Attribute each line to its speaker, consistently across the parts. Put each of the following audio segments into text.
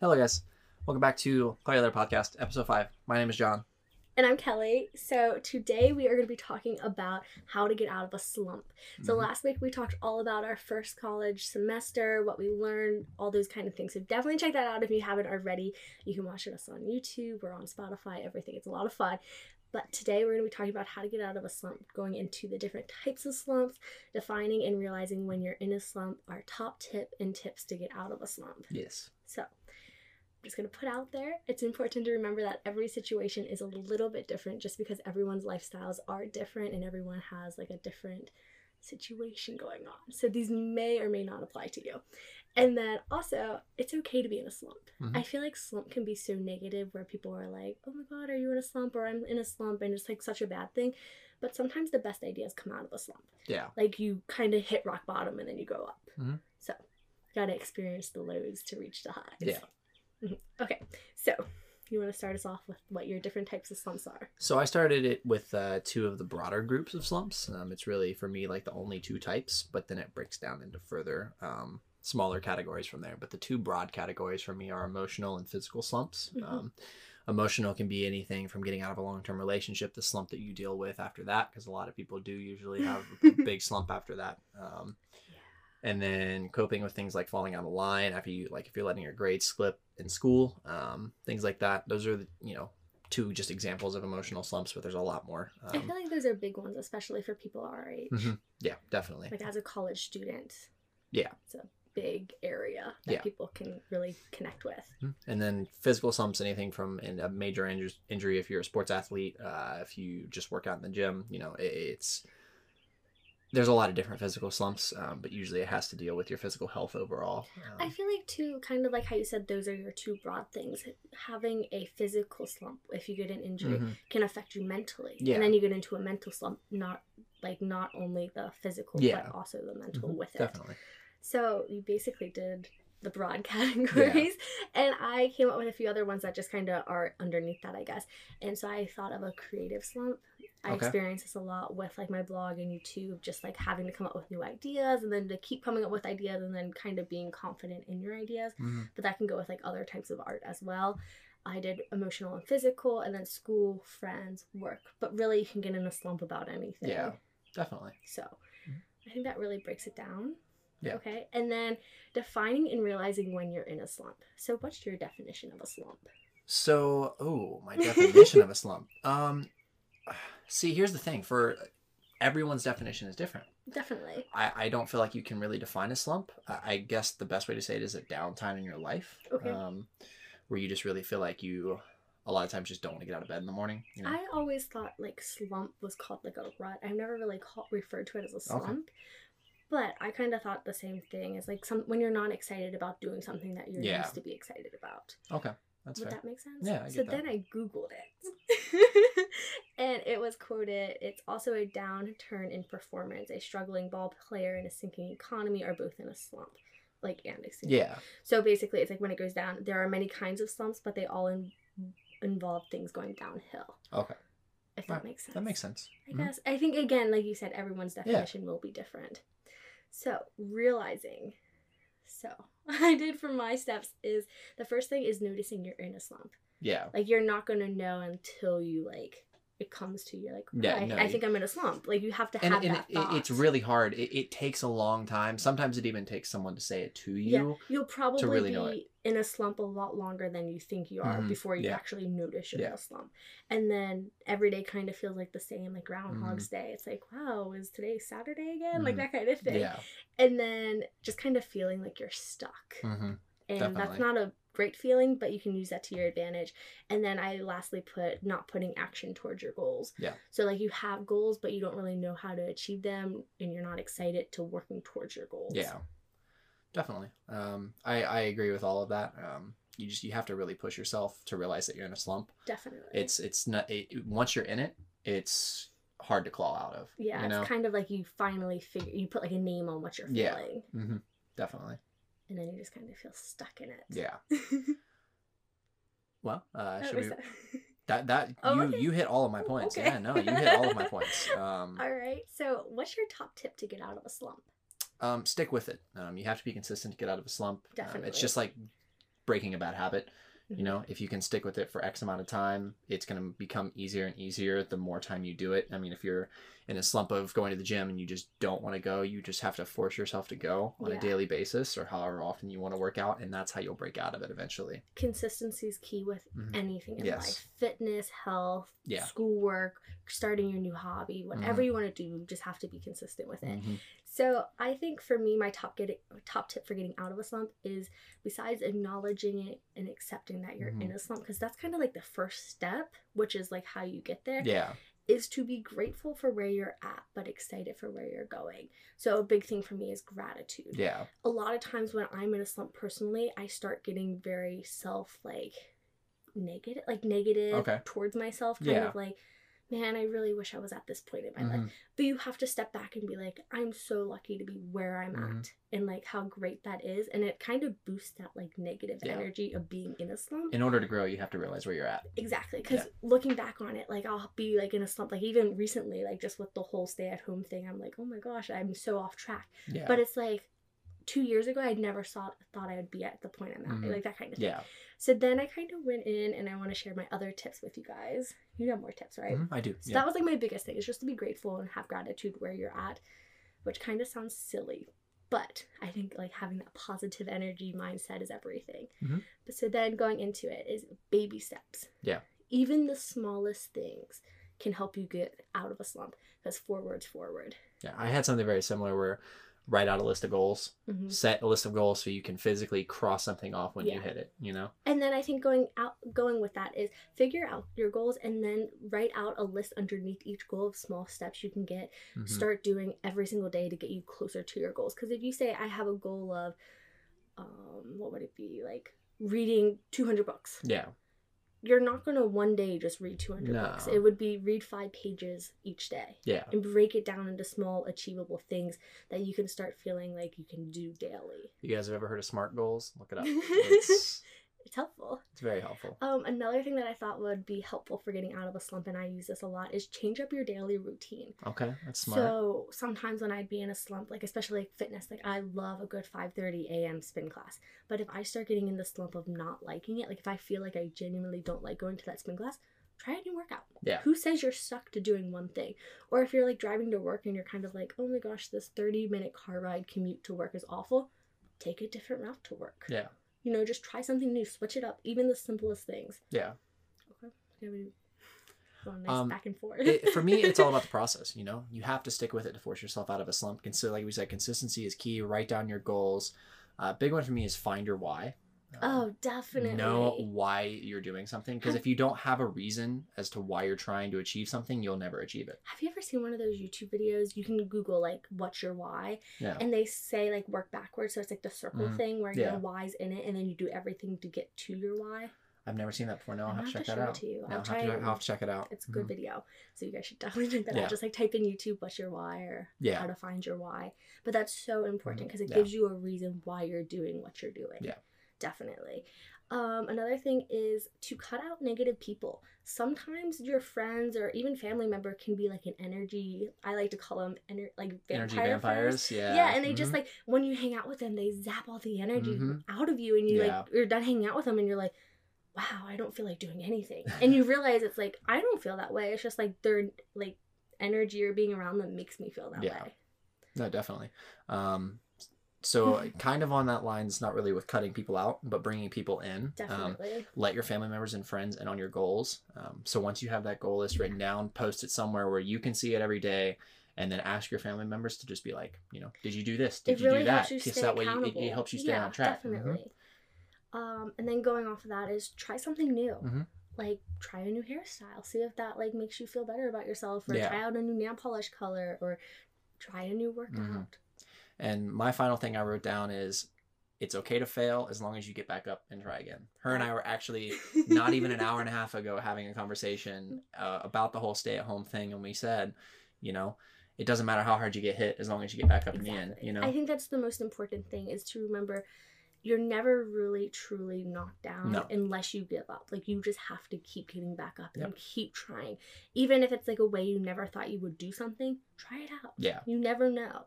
Speaker 1: Hello, guys. Welcome back to Clay Leather Podcast, Episode 5. My name is John.
Speaker 2: And I'm Kelly. So today we are going to be talking about how to get out of a slump. So
Speaker 1: Mhm.
Speaker 2: last week we talked all about our first college semester, what we learned, all those kind of things. So definitely check that out if you haven't already. You can watch us on YouTube or on Spotify, everything. It's a lot of fun. But today we're going to be talking about how to get out of a slump, going into the different types of slumps, defining and realizing when you're in a slump, our top tip and tips to get out of a slump.
Speaker 1: Yes.
Speaker 2: So I'm just going to put out there it's important to remember that every situation is a little bit different just because everyone's lifestyles are different and everyone has like a different situation going on. So these may or may not apply to you. And then also, it's okay to be in a slump.
Speaker 1: Mhm.
Speaker 2: I feel like slump can be so negative where people are like, oh my God, are you in a slump? Or I'm in a slump. And it's like such a bad thing. But sometimes the best ideas come out of a slump
Speaker 1: Yeah.
Speaker 2: like you kind of hit rock bottom and then you go up.
Speaker 1: Mhm.
Speaker 2: So, gotta experience the lows to reach the highs.
Speaker 1: Yeah.
Speaker 2: Mhm. Okay, so you want to start us off with what your different types of slumps are?
Speaker 1: So I started it with uh, two of the broader groups of slumps. Um, it's really, for me, like the only two types, but then it breaks down into further um, smaller categories from there. But the two broad categories for me are emotional and physical slumps.
Speaker 2: Mhm.
Speaker 1: Um, emotional can be anything from getting out of a long term relationship, the slump that you deal with after that, because a lot of people do usually have a big slump after that. Um, and then coping with things like falling out of line after you like if you're letting your grades slip in school um, things like that those are the you know two just examples of emotional slumps but there's a lot more
Speaker 2: I
Speaker 1: um,
Speaker 2: feel like those are big ones, especially for people our age.
Speaker 1: Mhm. yeah definitely
Speaker 2: Like as a college student.
Speaker 1: Yeah.
Speaker 2: It's a big area that
Speaker 1: Yeah.
Speaker 2: people can really connect with.
Speaker 1: Mhm. and then physical slumps anything from in a major inju- injury if you're a sports athlete uh, if you just work out in the gym you know it, it's there's a lot of different physical slumps um, but usually it has to deal with your physical health overall
Speaker 2: I
Speaker 1: um,
Speaker 2: feel like too, kind of like how you said those are your two broad things. Having a physical slump if you get an injury
Speaker 1: mhm.
Speaker 2: can affect you mentally.
Speaker 1: Yeah.
Speaker 2: And then you get into a mental slump, not like not only the physical
Speaker 1: Yeah.
Speaker 2: but also the mental
Speaker 1: Mhm,
Speaker 2: with it.
Speaker 1: definitely
Speaker 2: So you basically did the broad categories and I came up with a few other ones that just kind of are underneath that, I guess. And so I thought of a creative slump. I
Speaker 1: Okay.
Speaker 2: experience this a lot with like my blog and YouTube, just like having to come up with new ideas and then to keep coming up with ideas and then kind of being confident in your ideas
Speaker 1: Mhm.
Speaker 2: but that can go with like other types of art as well. I did emotional and physical, and then school, friends, work. But really, you can get in a slump about anything.
Speaker 1: yeah definitely
Speaker 2: So
Speaker 1: Mhm.
Speaker 2: I think that really breaks it down.
Speaker 1: Yeah.
Speaker 2: Okay. And then defining and realizing when you're in a slump. So, what's your definition of a slump?
Speaker 1: So, oh, my definition of a slump. Um, see, here's the thing: for everyone's definition is different.
Speaker 2: Definitely.
Speaker 1: I, I don't feel like you can really define a slump. I, I guess the best way to say it is a downtime in your life,
Speaker 2: Okay.
Speaker 1: um, where you just really feel like you, a lot of times, just don't want to get out of bed in the morning. You know?
Speaker 2: I always thought like slump was called like a rut. I've never really called, referred to it as a slump. But I kind of thought the same thing as like some when you're not excited about doing something that you're
Speaker 1: Yeah.
Speaker 2: used to be excited about.
Speaker 1: okay, that's
Speaker 2: Would
Speaker 1: fair.
Speaker 2: that make sense?
Speaker 1: Yeah, I
Speaker 2: so
Speaker 1: get that.
Speaker 2: then I Googled it. and it was quoted it's also a downturn in performance. A struggling ball player and a sinking economy are both in a slump. Like and a sink.
Speaker 1: yeah,
Speaker 2: So basically, it's like when it goes down, there are many kinds of slumps, but they all in- involve things going downhill.
Speaker 1: Okay.
Speaker 2: If that
Speaker 1: Right.
Speaker 2: makes sense.
Speaker 1: that makes sense.
Speaker 2: I
Speaker 1: Mhm.
Speaker 2: guess. I think, again, like you said, everyone's definition will be different. So, realizing. So, what I did for my steps is the first thing is noticing you're in a slump.
Speaker 1: Yeah,
Speaker 2: Like, you're not going to know until you, like, it comes to you. Like,
Speaker 1: Yeah,
Speaker 2: "Right,
Speaker 1: no,
Speaker 2: I
Speaker 1: you-
Speaker 2: think I'm in a slump. Like, you have to
Speaker 1: and,
Speaker 2: have
Speaker 1: and
Speaker 2: that
Speaker 1: it,
Speaker 2: thought.
Speaker 1: it's really hard. It, it takes a long time. Sometimes it even takes someone to say it to
Speaker 2: Yeah.
Speaker 1: you.
Speaker 2: You'll probably
Speaker 1: really know
Speaker 2: be in a slump a lot longer than you think you are
Speaker 1: Mhm,
Speaker 2: before you
Speaker 1: yeah.
Speaker 2: actually notice you're in
Speaker 1: Yeah.
Speaker 2: a slump. And then every day kind of feels like the same, like Groundhog's
Speaker 1: Mm-hmm.
Speaker 2: Day. It's like, wow, is today Saturday again? Like
Speaker 1: Mhm.
Speaker 2: that kind of thing.
Speaker 1: Yeah,
Speaker 2: and then just kind of feeling like you're stuck
Speaker 1: hmm
Speaker 2: and
Speaker 1: definitely.
Speaker 2: that's not a great feeling but you can use that to your advantage and then i lastly put not putting action towards your goals
Speaker 1: Yeah.
Speaker 2: so like you have goals but you don't really know how to achieve them and you're not excited to working towards your goals
Speaker 1: Yeah, definitely. Um, I I agree with all of that. Um, you just you have to really push yourself to realize that you're in a slump.
Speaker 2: definitely
Speaker 1: It's it's not it, once you're in it, it's hard to claw out of.
Speaker 2: yeah
Speaker 1: you know,
Speaker 2: it's kind of like you finally figure you put like a name on what you're
Speaker 1: Yeah.
Speaker 2: feeling
Speaker 1: hmm definitely.
Speaker 2: and then you just kind of feel stuck in it
Speaker 1: Yeah. Well, uh,
Speaker 2: That
Speaker 1: should
Speaker 2: was
Speaker 1: we?
Speaker 2: so-
Speaker 1: That that
Speaker 2: Oh,
Speaker 1: you
Speaker 2: okay.
Speaker 1: you hit all of my
Speaker 2: Oh,
Speaker 1: points.
Speaker 2: okay.
Speaker 1: Yeah, no, you hit all of my points. Um,
Speaker 2: all right so what's your top tip to get out of a slump
Speaker 1: um, stick with it. Um, you have to be consistent to get out of a slump. Um,
Speaker 2: Definitely.
Speaker 1: it's just like breaking a bad habit.
Speaker 2: Mhm.
Speaker 1: You know, if you can stick with it for X amount of time, it's going to become easier and easier the more time you do it. I mean, if you're in a slump of going to the gym and you just don't want to go, you just have to force yourself to go on
Speaker 2: Yeah.
Speaker 1: a daily basis or however often you want to work out. And that's how you'll break out of it eventually.
Speaker 2: Consistency is key with
Speaker 1: Mhm.
Speaker 2: anything in
Speaker 1: Yes.
Speaker 2: life fitness, health,
Speaker 1: Yeah. Mm-hmm.
Speaker 2: schoolwork, starting your new hobby, whatever you want to do, you just have to be consistent with it.
Speaker 1: Mhm.
Speaker 2: So I think for me, my top getting top tip for getting out of a slump is besides acknowledging it and accepting that you're
Speaker 1: Mm-hmm.
Speaker 2: in a slump, because that's kind of like the first step, which is like how you get there, is
Speaker 1: Yeah.
Speaker 2: to be grateful for where you're at, but excited for where you're going. So a big thing for me is gratitude.
Speaker 1: Yeah.
Speaker 2: A lot of times when I'm in a slump personally, I start getting very self like negative, like negative
Speaker 1: Okay.
Speaker 2: towards myself, kind
Speaker 1: Yeah.
Speaker 2: of like, man, I really wish I was at this point in my life
Speaker 1: Mhm.
Speaker 2: but you have to step back and be like i'm so lucky to be where i'm
Speaker 1: Mhm.
Speaker 2: at and like how great that is and it kind of boosts that like negative
Speaker 1: Yeah.
Speaker 2: energy of being in a slump
Speaker 1: In order to grow, you have to realize where you're at.
Speaker 2: exactly because
Speaker 1: Yeah.
Speaker 2: looking back on it like i'll be like in a slump like even recently like just with the whole stay at home thing i'm like oh my gosh i'm so off track
Speaker 1: Yeah.
Speaker 2: but it's like two years ago i never saw, thought i would be at the point i'm at
Speaker 1: Mhm.
Speaker 2: like that kind of thing
Speaker 1: yeah.
Speaker 2: so then i kind of went in and i want to share my other tips with you guys you have more tips right
Speaker 1: Mhm. I do.
Speaker 2: so
Speaker 1: yeah.
Speaker 2: that was like my biggest thing is just to be grateful and have gratitude where you're at, which kind of sounds silly, but I think like having that positive energy mindset is everything.
Speaker 1: Mhm.
Speaker 2: But so then going into it is baby steps.
Speaker 1: Yeah.
Speaker 2: Even the smallest things can help you get out of a slump because forward's forward.
Speaker 1: Yeah, I had something very similar where write out a list of goals,
Speaker 2: Mhm.
Speaker 1: Mm-hmm. set a list of goals so you can physically cross something off when
Speaker 2: Yeah.
Speaker 1: you hit it, you know?
Speaker 2: And then I think going out going with that is figure out your goals and then write out a list underneath each goal of small steps you can get
Speaker 1: Mhm.
Speaker 2: start doing every single day to get you closer to your goals because if you say i have a goal of um what would it be like reading 200 books
Speaker 1: Yeah.
Speaker 2: you're not going to one day just read 200
Speaker 1: No.
Speaker 2: books it would be read 5 pages each day
Speaker 1: Yeah.
Speaker 2: and break it down into small achievable things that you can start feeling like you can do daily
Speaker 1: You guys have ever heard of SMART goals? Look it up. It's,
Speaker 2: it's helpful
Speaker 1: it's very helpful.
Speaker 2: um, another thing that i thought would be helpful for getting out of a slump and i use this a lot is change up your daily routine
Speaker 1: Okay, that's smart.
Speaker 2: So sometimes when I'd be in a slump, like especially like fitness, like I love a good 5:30 a.m. spin class. But if I start getting in the slump of not liking it, like if I feel like I genuinely don't like going to that spin class, try a new workout.
Speaker 1: Yeah.
Speaker 2: Who says you're stuck to doing one thing? Or if you're like driving to work and you're kind of like, "Oh my gosh, this 30-minute car ride commute to work is awful." Take a different route to work.
Speaker 1: Yeah.
Speaker 2: You know, just try something new, switch it up, even the simplest things.
Speaker 1: yeah.
Speaker 2: You know, we- go on nice
Speaker 1: Um,
Speaker 2: back and forth.
Speaker 1: It, for me, it's all about the process, you know? You have to stick with it to force yourself out of a slump. Consider, like we said, consistency is key. Write down your goals. Uh, big one for me is find your why. Um,
Speaker 2: Oh, definitely.
Speaker 1: know why you're doing something because if you don't have a reason as to why you're trying to achieve something you'll never achieve it
Speaker 2: Have you ever seen one of those YouTube videos? You can Google like what's your why,
Speaker 1: yeah
Speaker 2: and they say like work backwards. So it's like the circle
Speaker 1: Mhm.
Speaker 2: thing where
Speaker 1: Yeah.
Speaker 2: your why's in it, and then you do everything to get to your why.
Speaker 1: i've never seen that before now i'll
Speaker 2: I'm
Speaker 1: have to
Speaker 2: gonna
Speaker 1: check that
Speaker 2: show it
Speaker 1: out
Speaker 2: to you.
Speaker 1: Yeah,
Speaker 2: I'll
Speaker 1: I'll have,
Speaker 2: try
Speaker 1: to,
Speaker 2: it.
Speaker 1: I'll have to check it out
Speaker 2: It's a good
Speaker 1: Mhm.
Speaker 2: video, so you guys should definitely check that
Speaker 1: Yeah.
Speaker 2: out. Just like type in YouTube what's your why or
Speaker 1: Yeah.
Speaker 2: how to find your why. But that's so important
Speaker 1: Mhm.
Speaker 2: because it
Speaker 1: Yeah.
Speaker 2: gives you a reason why you're doing what you're doing.
Speaker 1: Yeah.
Speaker 2: Definitely. Um, another thing is to cut out negative people. Sometimes your friends or even family member can be like an energy. I like to call them ener- like vampire
Speaker 1: energy
Speaker 2: friends.
Speaker 1: vampires yeah
Speaker 2: Yeah. and they just
Speaker 1: Mhm.
Speaker 2: like when you hang out with them, they zap all the energy
Speaker 1: Mhm.
Speaker 2: out of you, and you
Speaker 1: Yeah.
Speaker 2: like you're done hanging out with them, and you're like, wow, I don't feel like doing anything, and you realize it's like I don't feel that way. It's just like their like energy or being around them makes me feel that
Speaker 1: Yeah.
Speaker 2: way.
Speaker 1: Mm-hmm. no definitely um so kind of on that line it's not really with cutting people out but bringing people in um
Speaker 2: Definitely.
Speaker 1: let your family members and friends in on your goals. Um, so once you have that goal list written down, post it somewhere where you can see it every day, and then ask your family members to just be like, you know, did you do this? Did
Speaker 2: it
Speaker 1: you
Speaker 2: really
Speaker 1: do that?
Speaker 2: helps you
Speaker 1: 'Cause
Speaker 2: stay
Speaker 1: that way you-
Speaker 2: accountable.
Speaker 1: it, it helps you stay
Speaker 2: yeah,
Speaker 1: on track. Mhm.
Speaker 2: Definitely. Um, and then going off of that is try something new.
Speaker 1: Mhm.
Speaker 2: Like try a new hairstyle. See if that like makes you feel better about yourself, or
Speaker 1: Yeah.
Speaker 2: try out a new nail polish color, or try a new workout.
Speaker 1: Mm-hmm. And my final thing I wrote down is, it's okay to fail as long as you get back up and try again. Her and I were actually not even an hour and a half ago having a conversation uh, about the whole stay at home thing, and we said, you know, it doesn't matter how hard you get hit as long as you get back up in the end. You know,
Speaker 2: I think that's the most important thing is to remember you're never really truly knocked down
Speaker 1: No.
Speaker 2: unless you give up. Like you just have to keep getting back up and
Speaker 1: Yep.
Speaker 2: keep trying. Even if it's like a way you never thought you would do something, try it out.
Speaker 1: yeah.
Speaker 2: You never know.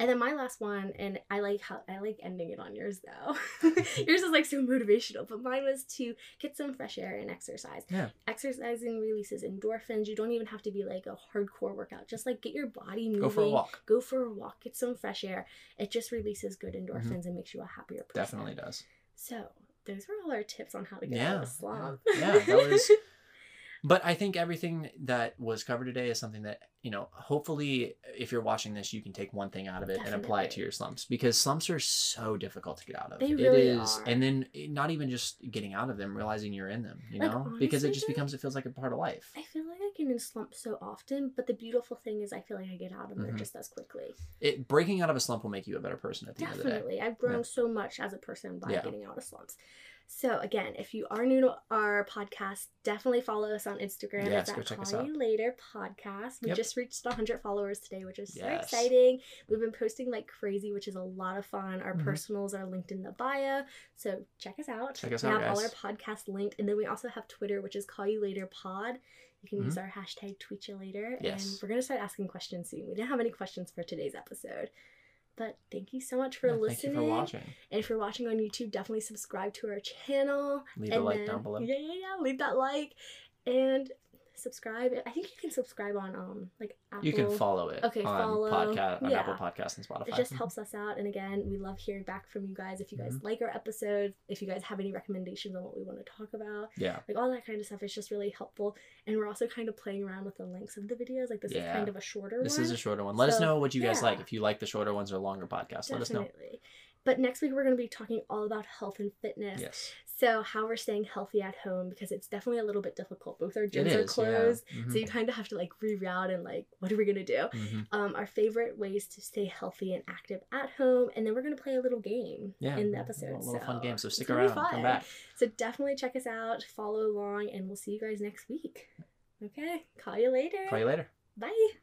Speaker 2: And then my last one, and I like how I like ending it on yours though. yours is like so motivational, but mine was to get some fresh air and exercise.
Speaker 1: Yeah.
Speaker 2: Exercising releases endorphins. You don't even have to be like a hardcore workout. Just like get your body moving.
Speaker 1: Go for a walk.
Speaker 2: Go for a walk. Get some fresh air. It just releases good endorphins and makes you a happier person.
Speaker 1: Mm-hmm. Definitely does.
Speaker 2: So those were all our tips on how to get out
Speaker 1: Yeah.
Speaker 2: of a slump.
Speaker 1: Yeah, yeah, that was But I think everything that was covered today is something that, you know, hopefully if you're watching this, you can take one thing out of it and apply it to
Speaker 2: Definitely.
Speaker 1: your slumps because slumps are so difficult to get out of.
Speaker 2: They really
Speaker 1: it is
Speaker 2: are.
Speaker 1: and then it- not even just getting out of them, realizing you're in them, you
Speaker 2: Like,
Speaker 1: know? because it
Speaker 2: honestly,
Speaker 1: just
Speaker 2: though,
Speaker 1: becomes it feels like a part of life.
Speaker 2: I feel like I can in slump so often, but the beautiful thing is I feel like I get out of there
Speaker 1: Mhm.
Speaker 2: just as quickly.
Speaker 1: It breaking out of a slump will make you a better person at the end of the day.
Speaker 2: Definitely. I've grown
Speaker 1: Yeah.
Speaker 2: so much as a person by
Speaker 1: Yeah.
Speaker 2: getting out of slumps. So again, if you are new to our podcast, definitely follow us on Instagram.
Speaker 1: Yes,
Speaker 2: it's
Speaker 1: go
Speaker 2: at
Speaker 1: check us
Speaker 2: Call You Later Podcast. We
Speaker 1: Yep.
Speaker 2: just reached 100 followers today, which is so
Speaker 1: Yes.
Speaker 2: exciting. We've been posting like crazy, which is a lot of fun. Our
Speaker 1: Mhm.
Speaker 2: personals are linked in the bio, so check us out.
Speaker 1: Check us
Speaker 2: we
Speaker 1: out,
Speaker 2: have all our
Speaker 1: guys.
Speaker 2: podcasts linked, and then we also have Twitter, which is Call You Later Pod. You can
Speaker 1: Mhm.
Speaker 2: use our hashtag tweet you later. And
Speaker 1: Yes.
Speaker 2: we're going to start asking questions soon. We didn't have any questions for today's episode. But thank you so much for
Speaker 1: Yeah, thank you
Speaker 2: listening.
Speaker 1: for watching.
Speaker 2: And if you're watching on YouTube, definitely subscribe to our channel.
Speaker 1: Leave
Speaker 2: and
Speaker 1: a like
Speaker 2: then-
Speaker 1: down below.
Speaker 2: Yeah, yeah, yeah. Leave that like and subscribe. I think you can subscribe on um like Apple.
Speaker 1: You can follow it
Speaker 2: Okay,
Speaker 1: on
Speaker 2: follow.
Speaker 1: podcast on
Speaker 2: Yeah.
Speaker 1: Apple Podcasts and Spotify.
Speaker 2: It just helps us out. And again, we love hearing back from you guys. If you
Speaker 1: Mm-hmm.
Speaker 2: guys like our episodes, if you guys have any recommendations on what we want to talk about,
Speaker 1: Yeah.
Speaker 2: like all that kind of stuff is just really helpful. And we're also kind of playing around with the lengths of the videos. Like this is
Speaker 1: Yeah.
Speaker 2: kind of a shorter
Speaker 1: This
Speaker 2: one.
Speaker 1: is a shorter one. Let us
Speaker 2: So,
Speaker 1: know what you guys
Speaker 2: yeah.
Speaker 1: like. If you like the shorter ones or longer podcasts, let us know.
Speaker 2: Definitely. But next week we're going to be talking all about health and fitness.
Speaker 1: Yes.
Speaker 2: So how we're staying healthy at home because it's definitely a little bit difficult. Both our
Speaker 1: It
Speaker 2: gyms are
Speaker 1: is, yeah.
Speaker 2: closed,
Speaker 1: Mhm.
Speaker 2: so you kind of have to like reroute and like what are we gonna do?
Speaker 1: Mhm.
Speaker 2: Um, our favorite ways to stay healthy and active at home, and then we're gonna play a little game
Speaker 1: Yeah.
Speaker 2: in the
Speaker 1: a
Speaker 2: episode.
Speaker 1: little, little fun
Speaker 2: so
Speaker 1: game. So
Speaker 2: it's
Speaker 1: stick
Speaker 2: gonna be
Speaker 1: around. Come
Speaker 2: fun.
Speaker 1: back.
Speaker 2: So definitely check us out, follow along, and we'll see you guys next week. Okay, call you later.
Speaker 1: Call you later.
Speaker 2: Bye.